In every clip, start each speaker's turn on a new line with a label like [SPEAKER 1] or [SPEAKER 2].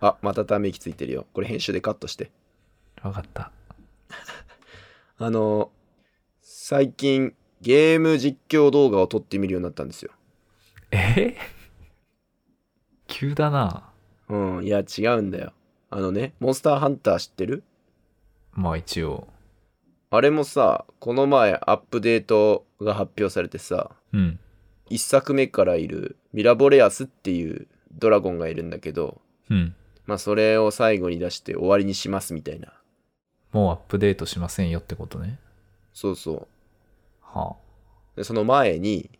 [SPEAKER 1] あ、またため息ついてるよ。これ編集でカットして。
[SPEAKER 2] わかった。
[SPEAKER 1] あの、最近ゲーム実況動画を撮ってみるようになったんですよ。
[SPEAKER 2] え 急だな。
[SPEAKER 1] うん、いや違うんだよ。あのね、モンスターハンター知ってる
[SPEAKER 2] まあ一応。
[SPEAKER 1] あれもさ、この前アップデートが発表されてさ、
[SPEAKER 2] うん。
[SPEAKER 1] 一作目からいるミラボレアスっていうドラゴンがいるんだけど、
[SPEAKER 2] うん。
[SPEAKER 1] まあそれを最後に出して終わりにしますみたいな。
[SPEAKER 2] もうアップデートしませんよってことね。
[SPEAKER 1] そうそう。
[SPEAKER 2] は
[SPEAKER 1] でその前に、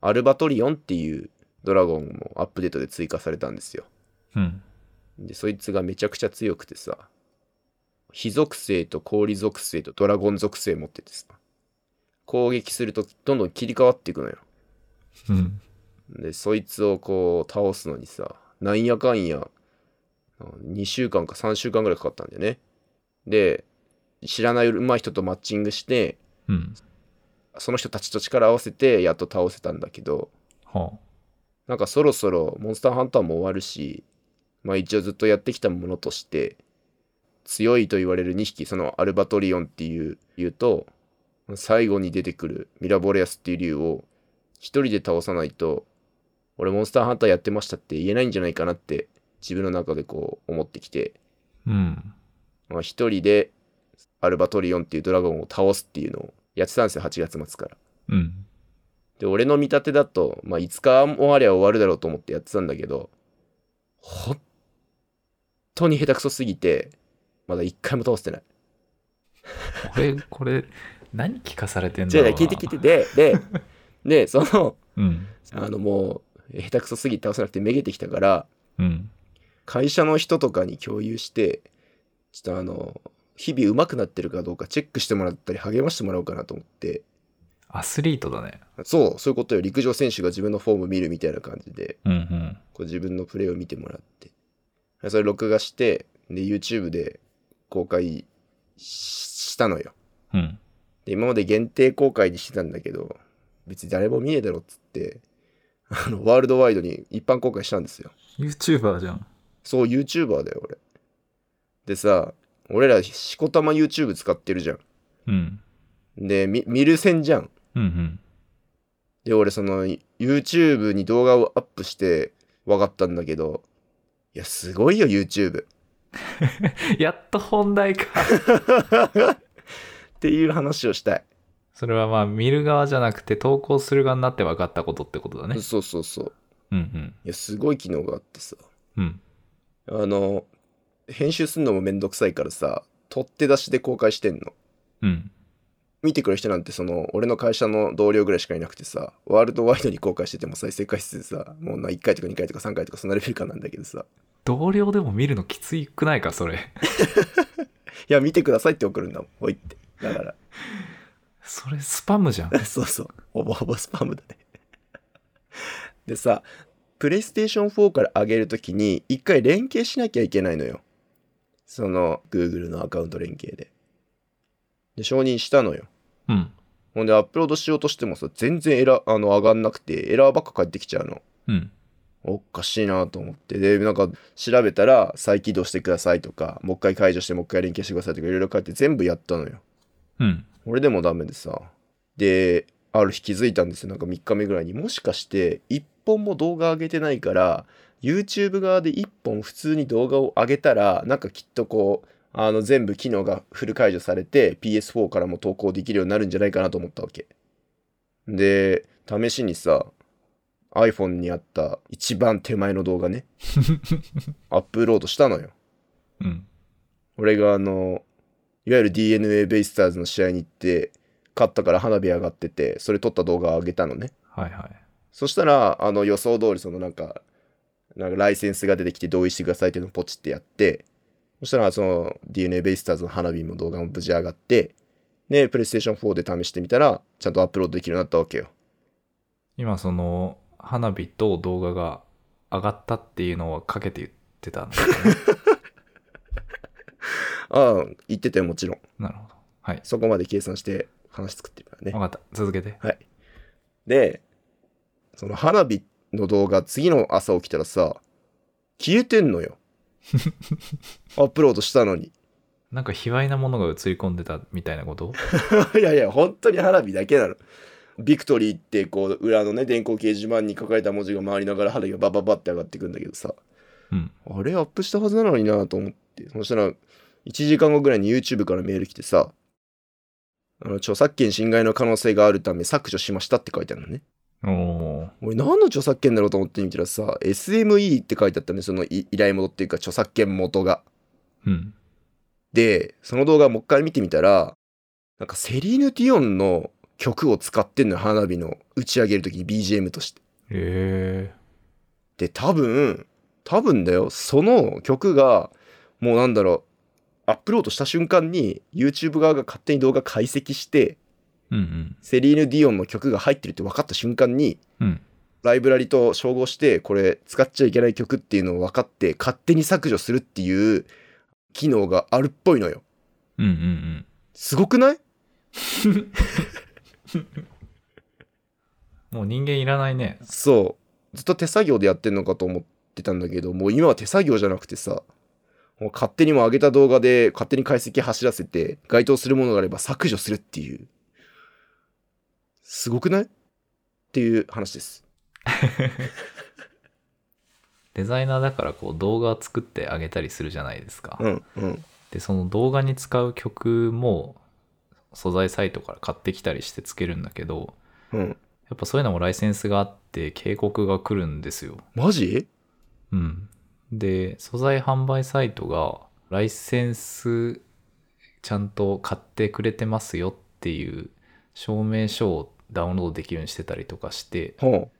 [SPEAKER 1] アルバトリオンっていうドラゴンもアップデートで追加されたんですよ。
[SPEAKER 2] あ。うん。
[SPEAKER 1] で、そいつがめちゃくちゃ強くてさ、火属性と氷属性とドラゴン属性持っててさ、攻撃するとどんどん切り替わっていくのよ。
[SPEAKER 2] うん。
[SPEAKER 1] で、そいつをこう倒すのにさ、なんやかんや、2週間か3週間ぐらいかかったんだよね。で、知らない上手い人とマッチングして、
[SPEAKER 2] うん。
[SPEAKER 1] その人たちと力合わせてやっと倒せたんだけど、
[SPEAKER 2] は
[SPEAKER 1] なんかそろそろモンスターハンターも終わるし、まあ一応ずっとやってきたものとして、強いと言われる2匹、そのアルバトリオンっていう竜と、最後に出てくるミラボレアスっていう竜を一人で倒さないと、俺モンスターハンターやってましたって言えないんじゃないかなって自分の中でこう思ってきて、
[SPEAKER 2] あ。うん。
[SPEAKER 1] まあ一人でアルバトリオンっていうドラゴンを倒すっていうのをやってたんですよ、8月末から。
[SPEAKER 2] うん。
[SPEAKER 1] で、俺の見立てだと、まあ、5日もありゃ終わるだろうと思ってやってたんだけど、本当に下手くそすぎて、まだ1回も倒せてない。
[SPEAKER 2] 俺、これ、 何聞かされてんだ
[SPEAKER 1] 違う
[SPEAKER 2] ろう
[SPEAKER 1] 違う、
[SPEAKER 2] な。
[SPEAKER 1] 聞いて聞いて、で、で、 で、その、
[SPEAKER 2] うん。
[SPEAKER 1] あの、もう、下手くそすぎて倒せなくてめげてきたから、
[SPEAKER 2] うん。
[SPEAKER 1] 会社の人とかに共有して、ちょっとあの、日々上手くなってるかどうかチェックしてもらったり励ましてもらおうかなと思って、
[SPEAKER 2] アスリートだね。
[SPEAKER 1] そう、そういうことよ。陸上選手が自分のフォーム見るみたいな感じで、
[SPEAKER 2] うんうん。
[SPEAKER 1] こう自分のプレーを見てもらって、それ録画して、で、YouTube で公開ししたのよ。
[SPEAKER 2] うん。
[SPEAKER 1] で、今まで限定公開にしてたんだけど、別に誰も見ねえだろっつって、あの、ワールドワイドに一般公開したんですよ。
[SPEAKER 2] YouTuber じゃん。
[SPEAKER 1] そう、YouTuber だよ、俺。でさ、俺ら、しこたま YouTube 使ってるじゃん。
[SPEAKER 2] うん。
[SPEAKER 1] で、み見る線じゃん。
[SPEAKER 2] うんうん。
[SPEAKER 1] で、俺その YouTube に動画をアップして分かったんだけど、いや、すごいよ、YouTube。
[SPEAKER 2] やっと本題か。
[SPEAKER 1] っていう話をしたい。
[SPEAKER 2] それはまあ、見る側じゃなくて、投稿する側になって分かったことってことだね。
[SPEAKER 1] そうそうそう。
[SPEAKER 2] うんうん。
[SPEAKER 1] いや、すごい機能があってさ。
[SPEAKER 2] うん。
[SPEAKER 1] あの、編集するのもめんどくさいからさ、取って出しで公開してんの。
[SPEAKER 2] うん。
[SPEAKER 1] 見てくれる人なんてその、俺の会社の同僚ぐらいしかいなくてさ、ワールドワイドに公開してても再生回数さ、もうな1回とか2回とか3回とかそんなレベル感なんだけどさ、
[SPEAKER 2] 同僚でも見るのきついくないか、それ。
[SPEAKER 1] いや、見てくださいって送るんだもん。ほいって。だか
[SPEAKER 2] それスパムじゃん。
[SPEAKER 1] ら、 そうそう。ほぼほぼスパムだね。 でさ、プレイステーション4から上げるときに、一回連携しなきゃいけないのよ。その、Google のアカウント連携で。で、承認したのよ。
[SPEAKER 2] うん。
[SPEAKER 1] ほんで、アップロードしようとしてもさ、全然エラー、あの、上がんなくて、エラーばっか返ってきちゃうの。
[SPEAKER 2] うん。
[SPEAKER 1] おかしいなと思って。で、なんか、調べたら、再起動してくださいとか、もう一回解除して、もう一回連携してくださいとか、いろいろ書いて全部やったのよ。
[SPEAKER 2] うん。
[SPEAKER 1] 俺でもダメでさ。で、ある日気づいたんですよ。なんか3日目ぐらいに。もしかして、1本も動画上げてないから、YouTube 側で1本普通に動画を上げたら、なんかきっとこう、あの全部機能がフル解除されて、PS4 からも投稿できるようになるんじゃないかなと思ったわけ。で、試しにさ、iPhone にあった一番手前の動画ね、アップロードしたのよ。
[SPEAKER 2] うん。
[SPEAKER 1] 俺があの、いわゆる DNA ベイスターズの試合に行って、勝ったから花火上がってて、それ撮った動画を上げたのね。
[SPEAKER 2] はいはい。
[SPEAKER 1] そしたら、あの予想通りそのなんか、なんかライセンスが出てきて同意してくださいっていうのをポチってやって、そしたらその DNA ベイスターズの花火も動画も無事上がって、で、プレイステーション4で試してみたら、ちゃんとアップロードできるようになったわけよ。
[SPEAKER 2] 今その、花火と動画が上がったっていうのはかけて言ってたんだよね
[SPEAKER 1] ああ、言ってたよ、もちろん。
[SPEAKER 2] なるほど。はい。
[SPEAKER 1] そこまで計算して話作ってるからね
[SPEAKER 2] わ。かった。続けて。
[SPEAKER 1] で、その花火の動画、次の朝起きたらさ、消えてんの よ。アップロードしたのに。
[SPEAKER 2] なんか卑猥なものが映り込んでたみたいなこと
[SPEAKER 1] いやいや、本当に花火だけなの。ビクトリーってこう裏のね電光掲示板に書かれた文字が回りながら花火がバババって上がってくんだけどさ
[SPEAKER 2] うん。
[SPEAKER 1] あれアップしたはずなのになと思ってそしたら1時間後ぐらいに YouTube からメール来てさあの著作権侵害の可能性があるため削除しましたって書いてあるのね
[SPEAKER 2] おー
[SPEAKER 1] 俺何の著作権だろうと思ってみたらさ SME って書いてあったねそのい依頼元っていうか著作権元が
[SPEAKER 2] うん。
[SPEAKER 1] でその動画もう一回見てみたらなんかセリーヌ・ティオンの曲を使ってんのよ花火の打ち上げる時に BGM として
[SPEAKER 2] え
[SPEAKER 1] で多分多分だよその曲がもうなんだろうアップロードした瞬間に YouTube 側が勝手に動画解析して
[SPEAKER 2] えうん
[SPEAKER 1] セリーヌ・ディオンの曲が入ってるって分かった瞬間に
[SPEAKER 2] うん。うん。
[SPEAKER 1] ライブラリと照合してこれ使っちゃいけない曲っていうのを分かって勝手に削除するっていう機能があるっぽいのよ
[SPEAKER 2] うんうんうん。
[SPEAKER 1] すごくない
[SPEAKER 2] もう人間いらないね。
[SPEAKER 1] そうずっと手作業でやってんのかと思ってたんだけどもう今は手作業じゃなくてさもう勝手にもう上げた動画で勝手に解析走らせて該当するものがあれば削除するっていうすごくないっていう話です
[SPEAKER 2] デザイナーだからこう動画作ってあげたりするじゃないですか。
[SPEAKER 1] うんうん
[SPEAKER 2] で、その動画に使う曲も素材サイトから買ってきたりしてつけるんだけど、
[SPEAKER 1] うん
[SPEAKER 2] やっぱそういうのもライセンスがあって警告が来るんですよ。
[SPEAKER 1] マジ
[SPEAKER 2] うん。で、素材販売サイトがライセンスちゃんと買ってくれてますよっていう証明書をダウンロードできるようにしてたりとかして、
[SPEAKER 1] ほ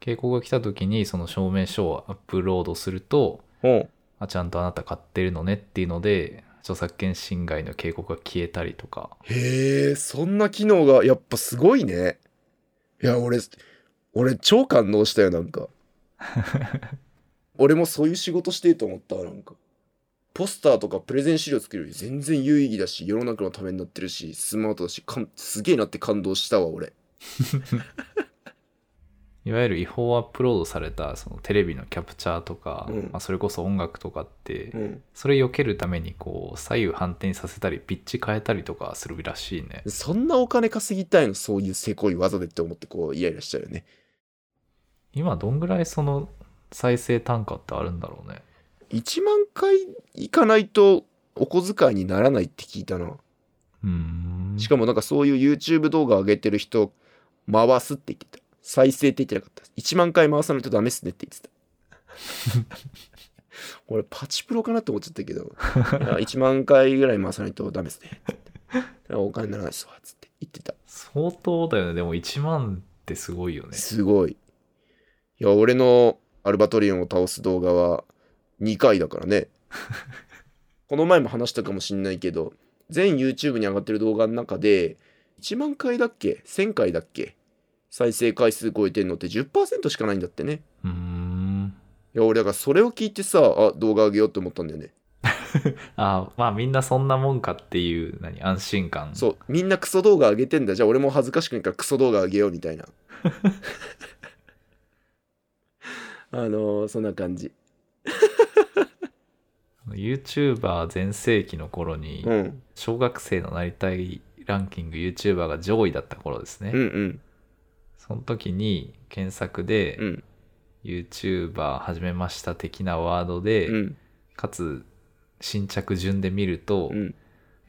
[SPEAKER 2] 警告が来た時にその証明書をアップロードすると、
[SPEAKER 1] うほう
[SPEAKER 2] あ、ちゃんとあなた買ってるのねっていうので、著作権侵害の警告が消えたりとか。
[SPEAKER 1] へえ、そんな機能がやっぱすごいね。いや、俺、俺超感動したよ、なん か。俺もそういう仕事してると思ったわ、なんか。ポスターとかプレゼン資料作るより全然有意義だし、世の中のためになってるし、スマートだし、かんすげえなって感動したわ、俺。
[SPEAKER 2] いわゆる違法アップロードされたそのテレビのキャプチャーとか、
[SPEAKER 1] うん
[SPEAKER 2] まあ、それこそ音楽とかって、
[SPEAKER 1] うん。
[SPEAKER 2] それ避けるためにこう左右反転させたりピッチ変えたりとかするらしいね
[SPEAKER 1] そんなお金稼ぎたいの、そういうせこい技でって思って、こう、イライラしちゃうよね。
[SPEAKER 2] 今どんぐらいその再生単価ってあるんだろうね
[SPEAKER 1] 1万回いかないと、お小遣いにならないって聞いたな。
[SPEAKER 2] うーん
[SPEAKER 1] しかもなんかそういう YouTube 動画上げてる人、回すって言ってた。再生って言ってなかった。1万回回さないとダメっすねって言ってた。 俺パチプロかなって思っちゃったけど、いや1万回ぐらい回さないとダメっすねって言って。お金にならないっすわ、つって言ってた。
[SPEAKER 2] 相当だよねでも1万ってすごいよね
[SPEAKER 1] すごい。いや、俺のアルバトリオンを倒す動画は2回だからね。この前も話したかもしんないけど、全 YouTube に上がってる動画の中で、1万回だっけ ?1000 回だっけ再生回数超えてんのって10%しかないんだってね。
[SPEAKER 2] うーん
[SPEAKER 1] いや、俺だからそれを聞いてさ、あ、動画上げようって思ったんだよね。
[SPEAKER 2] あまあみんなそんなもんかっていう何安心感
[SPEAKER 1] そう、みんなクソ動画上げてんだ。じゃあ俺も恥ずかしくないからクソ動画上げようみたいな。あのーそんな感じ。
[SPEAKER 2] YouTuber 全盛期の頃に
[SPEAKER 1] うん。
[SPEAKER 2] 小学生のなりたいランキング YouTuber が上位だった頃ですね、
[SPEAKER 1] うんうん。
[SPEAKER 2] その時に検索で、
[SPEAKER 1] うん
[SPEAKER 2] YouTuber 始めました的なワードで、
[SPEAKER 1] うん。
[SPEAKER 2] かつ新着順で見ると、
[SPEAKER 1] うん。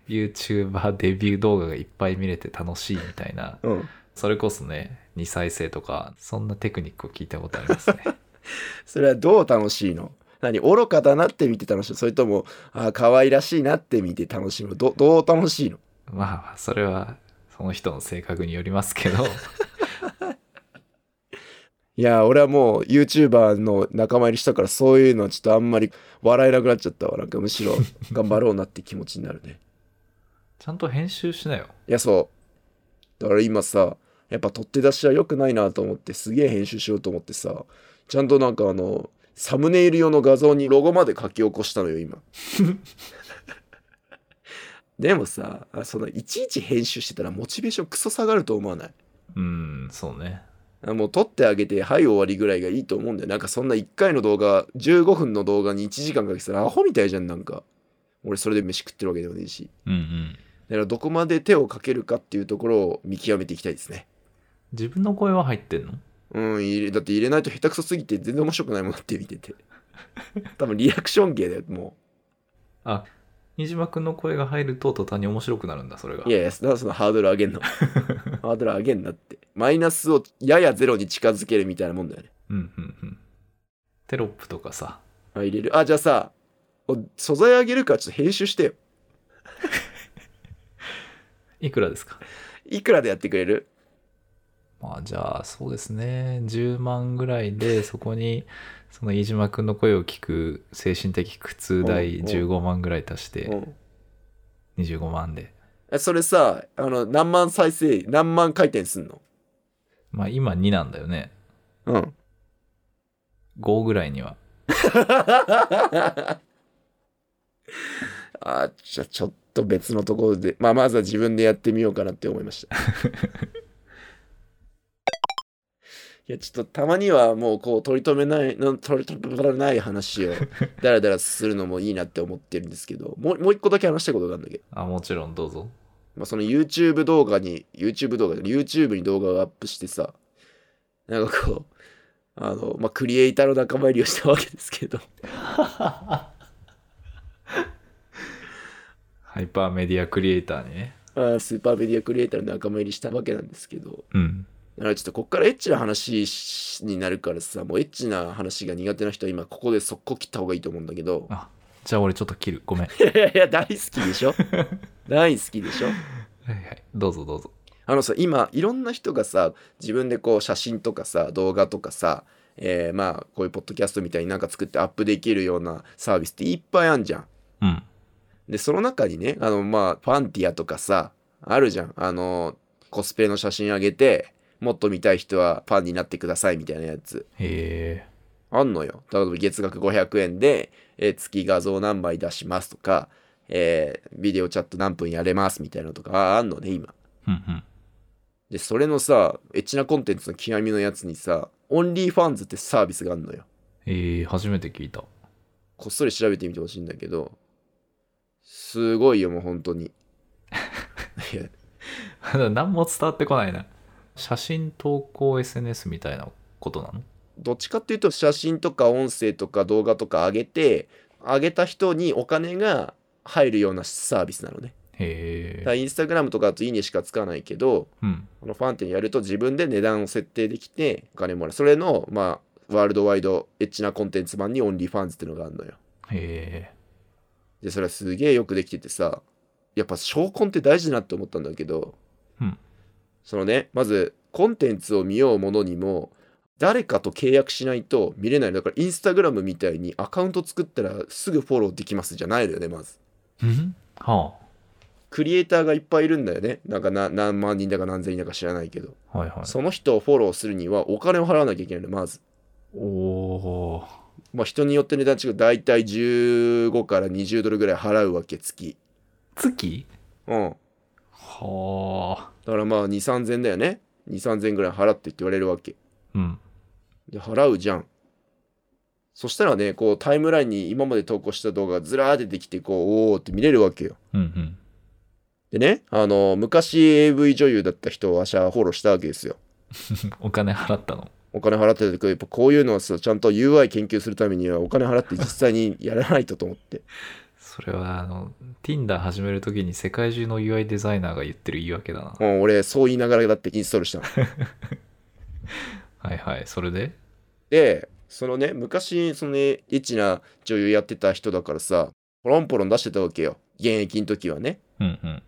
[SPEAKER 2] YouTuber デビュー動画がいっぱい見れて楽しいみたいな
[SPEAKER 1] うん。
[SPEAKER 2] それこそね2再生とかそんなテクニックを聞いたことあり ますね
[SPEAKER 1] それはどう楽しいの何愚かだなって見て楽しいのそれとも、あー可愛らしいなって見て楽しむどどう楽しいの
[SPEAKER 2] まあまあそれはその人の性格によります けど
[SPEAKER 1] いやー、俺はもう YouTuber の仲間入りしたからそういうのはちょっとあんまり笑えなくなっちゃったわ。なんかむしろ頑張ろうなって気持ちになるね。
[SPEAKER 2] ちゃんと編集しなよ
[SPEAKER 1] いや、そう。だから今さ、やっぱ取って出しは良くないなと思ってすげえ編集しようと思ってさ、ちゃんとなんかあの、サムネイル用の画像にロゴまで書き起こしたのよ、今。でもさ、あそのいちいち編集してたらモチベーションクソ下がると思わない
[SPEAKER 2] うんそうね
[SPEAKER 1] もう撮ってあげて、はい終わりぐらいがいいと思うんだよ。なんかそんな1回の動画、15分の動画に1時間かけてたらアホみたいじゃん、なんか。俺それで飯食ってるわけでもねえし。
[SPEAKER 2] うんうん。
[SPEAKER 1] だからどこまで手をかけるかっていうところを見極めていきたいですね。
[SPEAKER 2] 自分の声は入ってんの
[SPEAKER 1] うん、入れだって入れないと下手くそすぎて全然面白くないもんだって見て て。多分リアクション芸だよ、も
[SPEAKER 2] あ、飯島くんの声が入ると途端に面白くなるんだ、それが
[SPEAKER 1] う。い。やいや、だからそのハードル上 げんの。ハードル上げんなって。マイナスをややゼロに近づけるみたいなもんだよね。
[SPEAKER 2] うんうんうん。テロップとかさ、
[SPEAKER 1] あ、入れる。あ、じゃあさ、お素材上げるからちょっと編集してよ。
[SPEAKER 2] いくらですか
[SPEAKER 1] いくらでやってくれる
[SPEAKER 2] まあじゃあそうですね10万ぐらいでそこにその飯島君の声を聞く精神的苦痛代
[SPEAKER 1] うんうん
[SPEAKER 2] 15万ぐらい足し
[SPEAKER 1] う
[SPEAKER 2] て
[SPEAKER 1] ん
[SPEAKER 2] 25万で
[SPEAKER 1] え。それさ、あの、何万再生、何万回転すんの
[SPEAKER 2] まあ今2なんだよね
[SPEAKER 1] うん。
[SPEAKER 2] 5ぐらいには
[SPEAKER 1] あーじゃあちょっと別のところで、まあ、まずは自分でやってみようかなって思いましたいやちょっとたまにはもうこう取り留めないなん取り留められない話をだらだらするのもいいなって思ってるんですけどもうもう一個だけ話したいことがあるんだけど、
[SPEAKER 2] あもちろんどうぞ
[SPEAKER 1] まあ、その YouTube 動画に YouTube 動画 YouTube に動画をアップしてさなんかこうあの、まあ、クリエイターの仲間入りをしたわけですけど
[SPEAKER 2] ハイパーメディアクリエイターにね
[SPEAKER 1] あースーパーメディアクリエイターの仲間入りしたわけなんですけど、
[SPEAKER 2] うん
[SPEAKER 1] だからちょっとこっからエッチな話しになるからさ、もうエッチな話が苦手な人は今ここで速攻切った方がいいと思うんだけど、
[SPEAKER 2] あじゃあ俺ちょっと切るごめんはい
[SPEAKER 1] やいやいや、大好きでしょ大好きでしょ
[SPEAKER 2] いはいどうぞどうぞ
[SPEAKER 1] あのさ、今、いろんな人がさ、自分でこう写真とかさ、動画とかさ、えーまあ、こういうポッドキャストみたいになんか作ってアップできるようなサービスっていっぱいあんじゃん。
[SPEAKER 2] うん
[SPEAKER 1] で、その中にね、あの、まあ、ファンティアとかさ、あるじゃん。あの、コスプレの写真あげて、もっと見たい人はファンになってくださいみたいなやつ。
[SPEAKER 2] へえ
[SPEAKER 1] あんのよ。例えば月額500円で、えー月画像何枚出しますとか、えービデオチャット何分やれますみたいなのとか、ああんのね、今。
[SPEAKER 2] うんうん
[SPEAKER 1] で、それのさ、エッチなコンテンツの極みのやつにさ、オンリーファンズってサービスがあんのよ。
[SPEAKER 2] ええ初めて聞いた
[SPEAKER 1] こっそり調べてみてほしいんだけど、すごいよ、もう本当に。いや、
[SPEAKER 2] 何も伝わってこないな写真投稿 SNS みたいなことなの
[SPEAKER 1] どっちかっていうと写真とか音声とか動画とか上げて上げた人にお金が入るようなサービスなのね。
[SPEAKER 2] へ
[SPEAKER 1] だから
[SPEAKER 2] え
[SPEAKER 1] インスタグラムとかだといいねしかつかないけど
[SPEAKER 2] うん
[SPEAKER 1] あのファンテにやると自分で値段を設定できてお金もらうそれのまあワールドワイドエッチなコンテンツ版にオンリーファンズってのがあるのよ。
[SPEAKER 2] へえ
[SPEAKER 1] でそれはすげえよくできててさやっぱ証拠って大事だなって思ったんだけど、
[SPEAKER 2] うん
[SPEAKER 1] そのねまずコンテンツを見ようものにも誰かと契約しないと見れないだからインスタグラムみたいにアカウント作ったらすぐフォローできますじゃないのよねまず
[SPEAKER 2] うんは
[SPEAKER 1] クリエイターがいっぱいいるんだよねなんかな何万人だか何千人だか知らないけど、
[SPEAKER 2] あはいはい
[SPEAKER 1] その人をフォローするにはお金を払わなきゃいけないのまず
[SPEAKER 2] おお
[SPEAKER 1] まあ人によって値段違う大体15から20ドルぐらい払うわけ月
[SPEAKER 2] 月
[SPEAKER 1] うん
[SPEAKER 2] はあ
[SPEAKER 1] だからまあ2、3千だよね。2、3千ぐらい払ってって言われるわけ。
[SPEAKER 2] うん
[SPEAKER 1] で、払うじゃん。そしたらね、こうタイムラインに今まで投稿した動画がずらーって出てきて、こう、おーって見れるわけよ。
[SPEAKER 2] うんうん
[SPEAKER 1] でね、あの、昔 AV 女優だった人を私はフォローしたわけですよ。
[SPEAKER 2] お金払ったの
[SPEAKER 1] お金払ってたけど、やっぱこういうのはさ、ちゃんと UI 研究するためにはお金払って実際にやらないとと思って。
[SPEAKER 2] それはあの Tinder 始めるときに世界中の UI デザイナーが言ってる言い訳だな
[SPEAKER 1] うん、俺、そう言いながらだってインストールしたの。
[SPEAKER 2] はいはいそれで
[SPEAKER 1] でそのね昔そのねエッチな女優やってた人だからさポロンポロン出してたわけよ現役の時はね
[SPEAKER 2] うんうん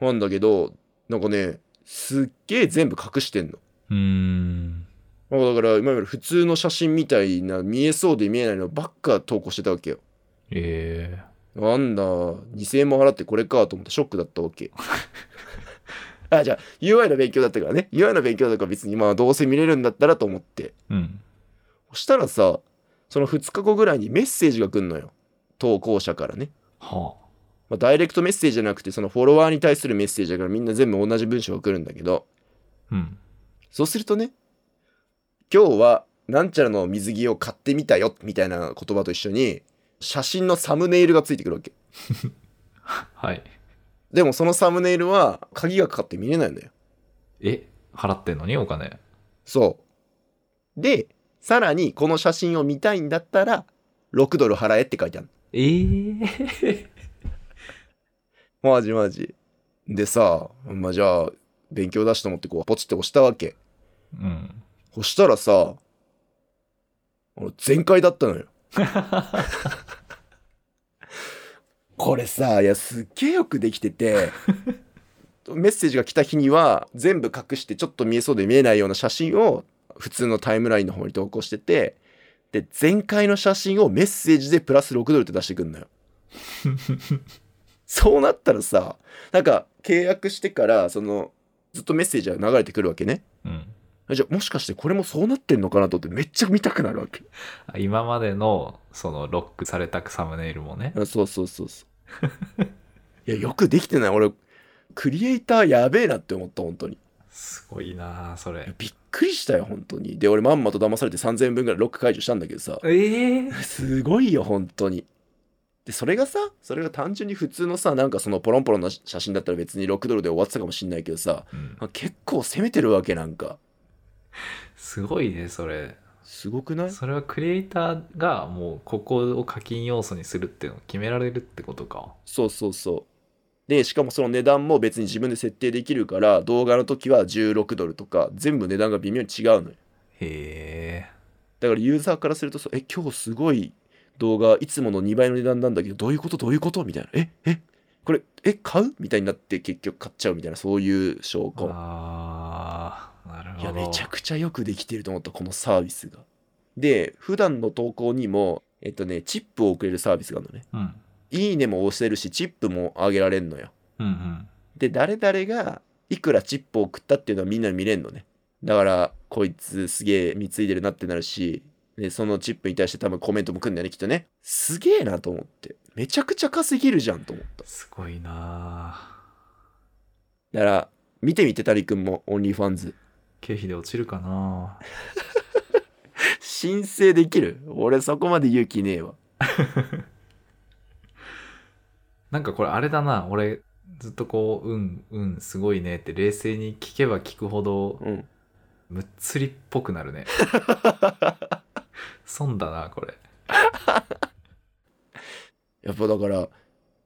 [SPEAKER 1] なんだけどなんかねすっげえ全部隠してんの
[SPEAKER 2] うーん
[SPEAKER 1] なんかだから今より普通の写真みたいな見えそうで見えないのばっか投稿してたわけよ
[SPEAKER 2] ええ
[SPEAKER 1] なんだ2000円も払ってこれかと思ってショックだったわけあじゃあ UI の勉強だったからね UI の勉強だから別にまあどうせ見れるんだったらと思って
[SPEAKER 2] うん
[SPEAKER 1] そしたらさその2日後ぐらいにメッセージが来んのよ投稿者からね
[SPEAKER 2] は
[SPEAKER 1] まあ、ダイレクトメッセージじゃなくてそのフォロワーに対するメッセージだからみんな全部同じ文章が来るんだけど
[SPEAKER 2] あうん
[SPEAKER 1] そうするとね今日はなんちゃらの水着を買ってみたよみたいな言葉と一緒に写真のサムネイルがついてくるわけ
[SPEAKER 2] はい。
[SPEAKER 1] でもそのサムネイルは鍵がかかって見れないんだよ
[SPEAKER 2] え、払ってんのにお金。
[SPEAKER 1] そうでさらにこの写真を見たいんだったら6ドル払えって書いてある
[SPEAKER 2] えー、
[SPEAKER 1] マジマジでさまあじゃあ勉強だしと思ってこうポチって押したわけ
[SPEAKER 2] うん。
[SPEAKER 1] そしたらさあの全開だったのよこれさいやすっげえよくできててメッセージが来た日には全部隠してちょっと見えそうで見えないような写真を普通のタイムラインの方に投稿しててで全開の写真をメッセージでプラス6ドルって出してくんのよそうなったらさなんか契約してからそのずっとメッセージが流れてくるわけね
[SPEAKER 2] うん。
[SPEAKER 1] じゃあもしかしてこれもそうなってんのかなと思ってめっちゃ見たくなるわけ。
[SPEAKER 2] 今までの、その、ロックされたサムネイルもね。
[SPEAKER 1] あ そうそうそうそう。いやよくできてない俺クリエイターやべえなって思った本当に。
[SPEAKER 2] すごいなあそ
[SPEAKER 1] いや
[SPEAKER 2] れ。
[SPEAKER 1] びっくりしたよ本当に。で俺まんまと騙されて3000円分ぐらいロック解除したんだけどさ。
[SPEAKER 2] ええ
[SPEAKER 1] すごいよ本当に。でそれがさそれが単純に普通のさなんかそのポロンポロンの写真だったら別に6ドルで終わってたかもしんないけどさ
[SPEAKER 2] うん、
[SPEAKER 1] あ結構攻めてるわけなんか。
[SPEAKER 2] すごいね、それ。
[SPEAKER 1] すごくない
[SPEAKER 2] それはクリエイターがもうここを課金要素にするっていうのを決められるってことか。
[SPEAKER 1] そうそうそう。で、しかもその値段も別に自分で設定できるから、動画の時は16ドルとか、全部値段が微妙に違うのよ。
[SPEAKER 2] へえ。
[SPEAKER 1] だからユーザーからするとそう、え、今日すごい動画、いつもの2倍の値段なんだけど、どういうことどういうことみたいな。え、え、これ、え、買うみたいになって結局買っちゃうみたいな、そういう証拠。
[SPEAKER 2] ああ、なるほ
[SPEAKER 1] い
[SPEAKER 2] ど。
[SPEAKER 1] や、めちゃくちゃよくできてると思った、このサービスが。で、普段の投稿にも、えっとね、チップを送れるサービスがあるのね。
[SPEAKER 2] うん。
[SPEAKER 1] いいねも押せるし、チップもあげられるのよ。
[SPEAKER 2] うんうん。
[SPEAKER 1] で誰々がいくらチップを送ったっていうのはみんな見れんのねだからこいつすげえ貢いでるなってなるしでそのチップに対して多分コメントも来るんだよねきっとねすげえなと思ってめちゃくちゃ稼げるじゃんと思った
[SPEAKER 2] すごいなあ
[SPEAKER 1] だから見てみてたりくんもオンリーファンズ
[SPEAKER 2] 経費で落ちるかな
[SPEAKER 1] 申請できる俺そこまで勇気ねえわ
[SPEAKER 2] なんかこれあれだな俺ずっとこう「うんうんすごいね」って冷静に聞けば聞くほど
[SPEAKER 1] うん
[SPEAKER 2] むっつりっぽくなるね損だなこれ
[SPEAKER 1] やっぱだから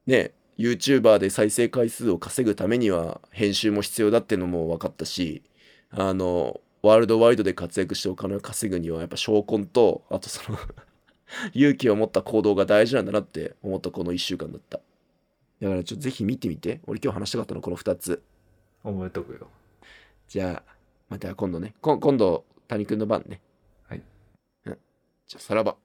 [SPEAKER 1] ね YouTuber で再生回数を稼ぐためには編集も必要だってのも分かったしあのワールドワイドで活躍してお金を稼ぐにはやっぱ証拠とあとその 勇気を持った行動が大事なんだなって思ったこの1週間だっただからちょっとぜひ見てみて俺今日話したかったのこの2つ
[SPEAKER 2] 覚えとくよ
[SPEAKER 1] じゃあまた今度ねこ今度谷くんの番ね
[SPEAKER 2] はい
[SPEAKER 1] うんじゃあさらば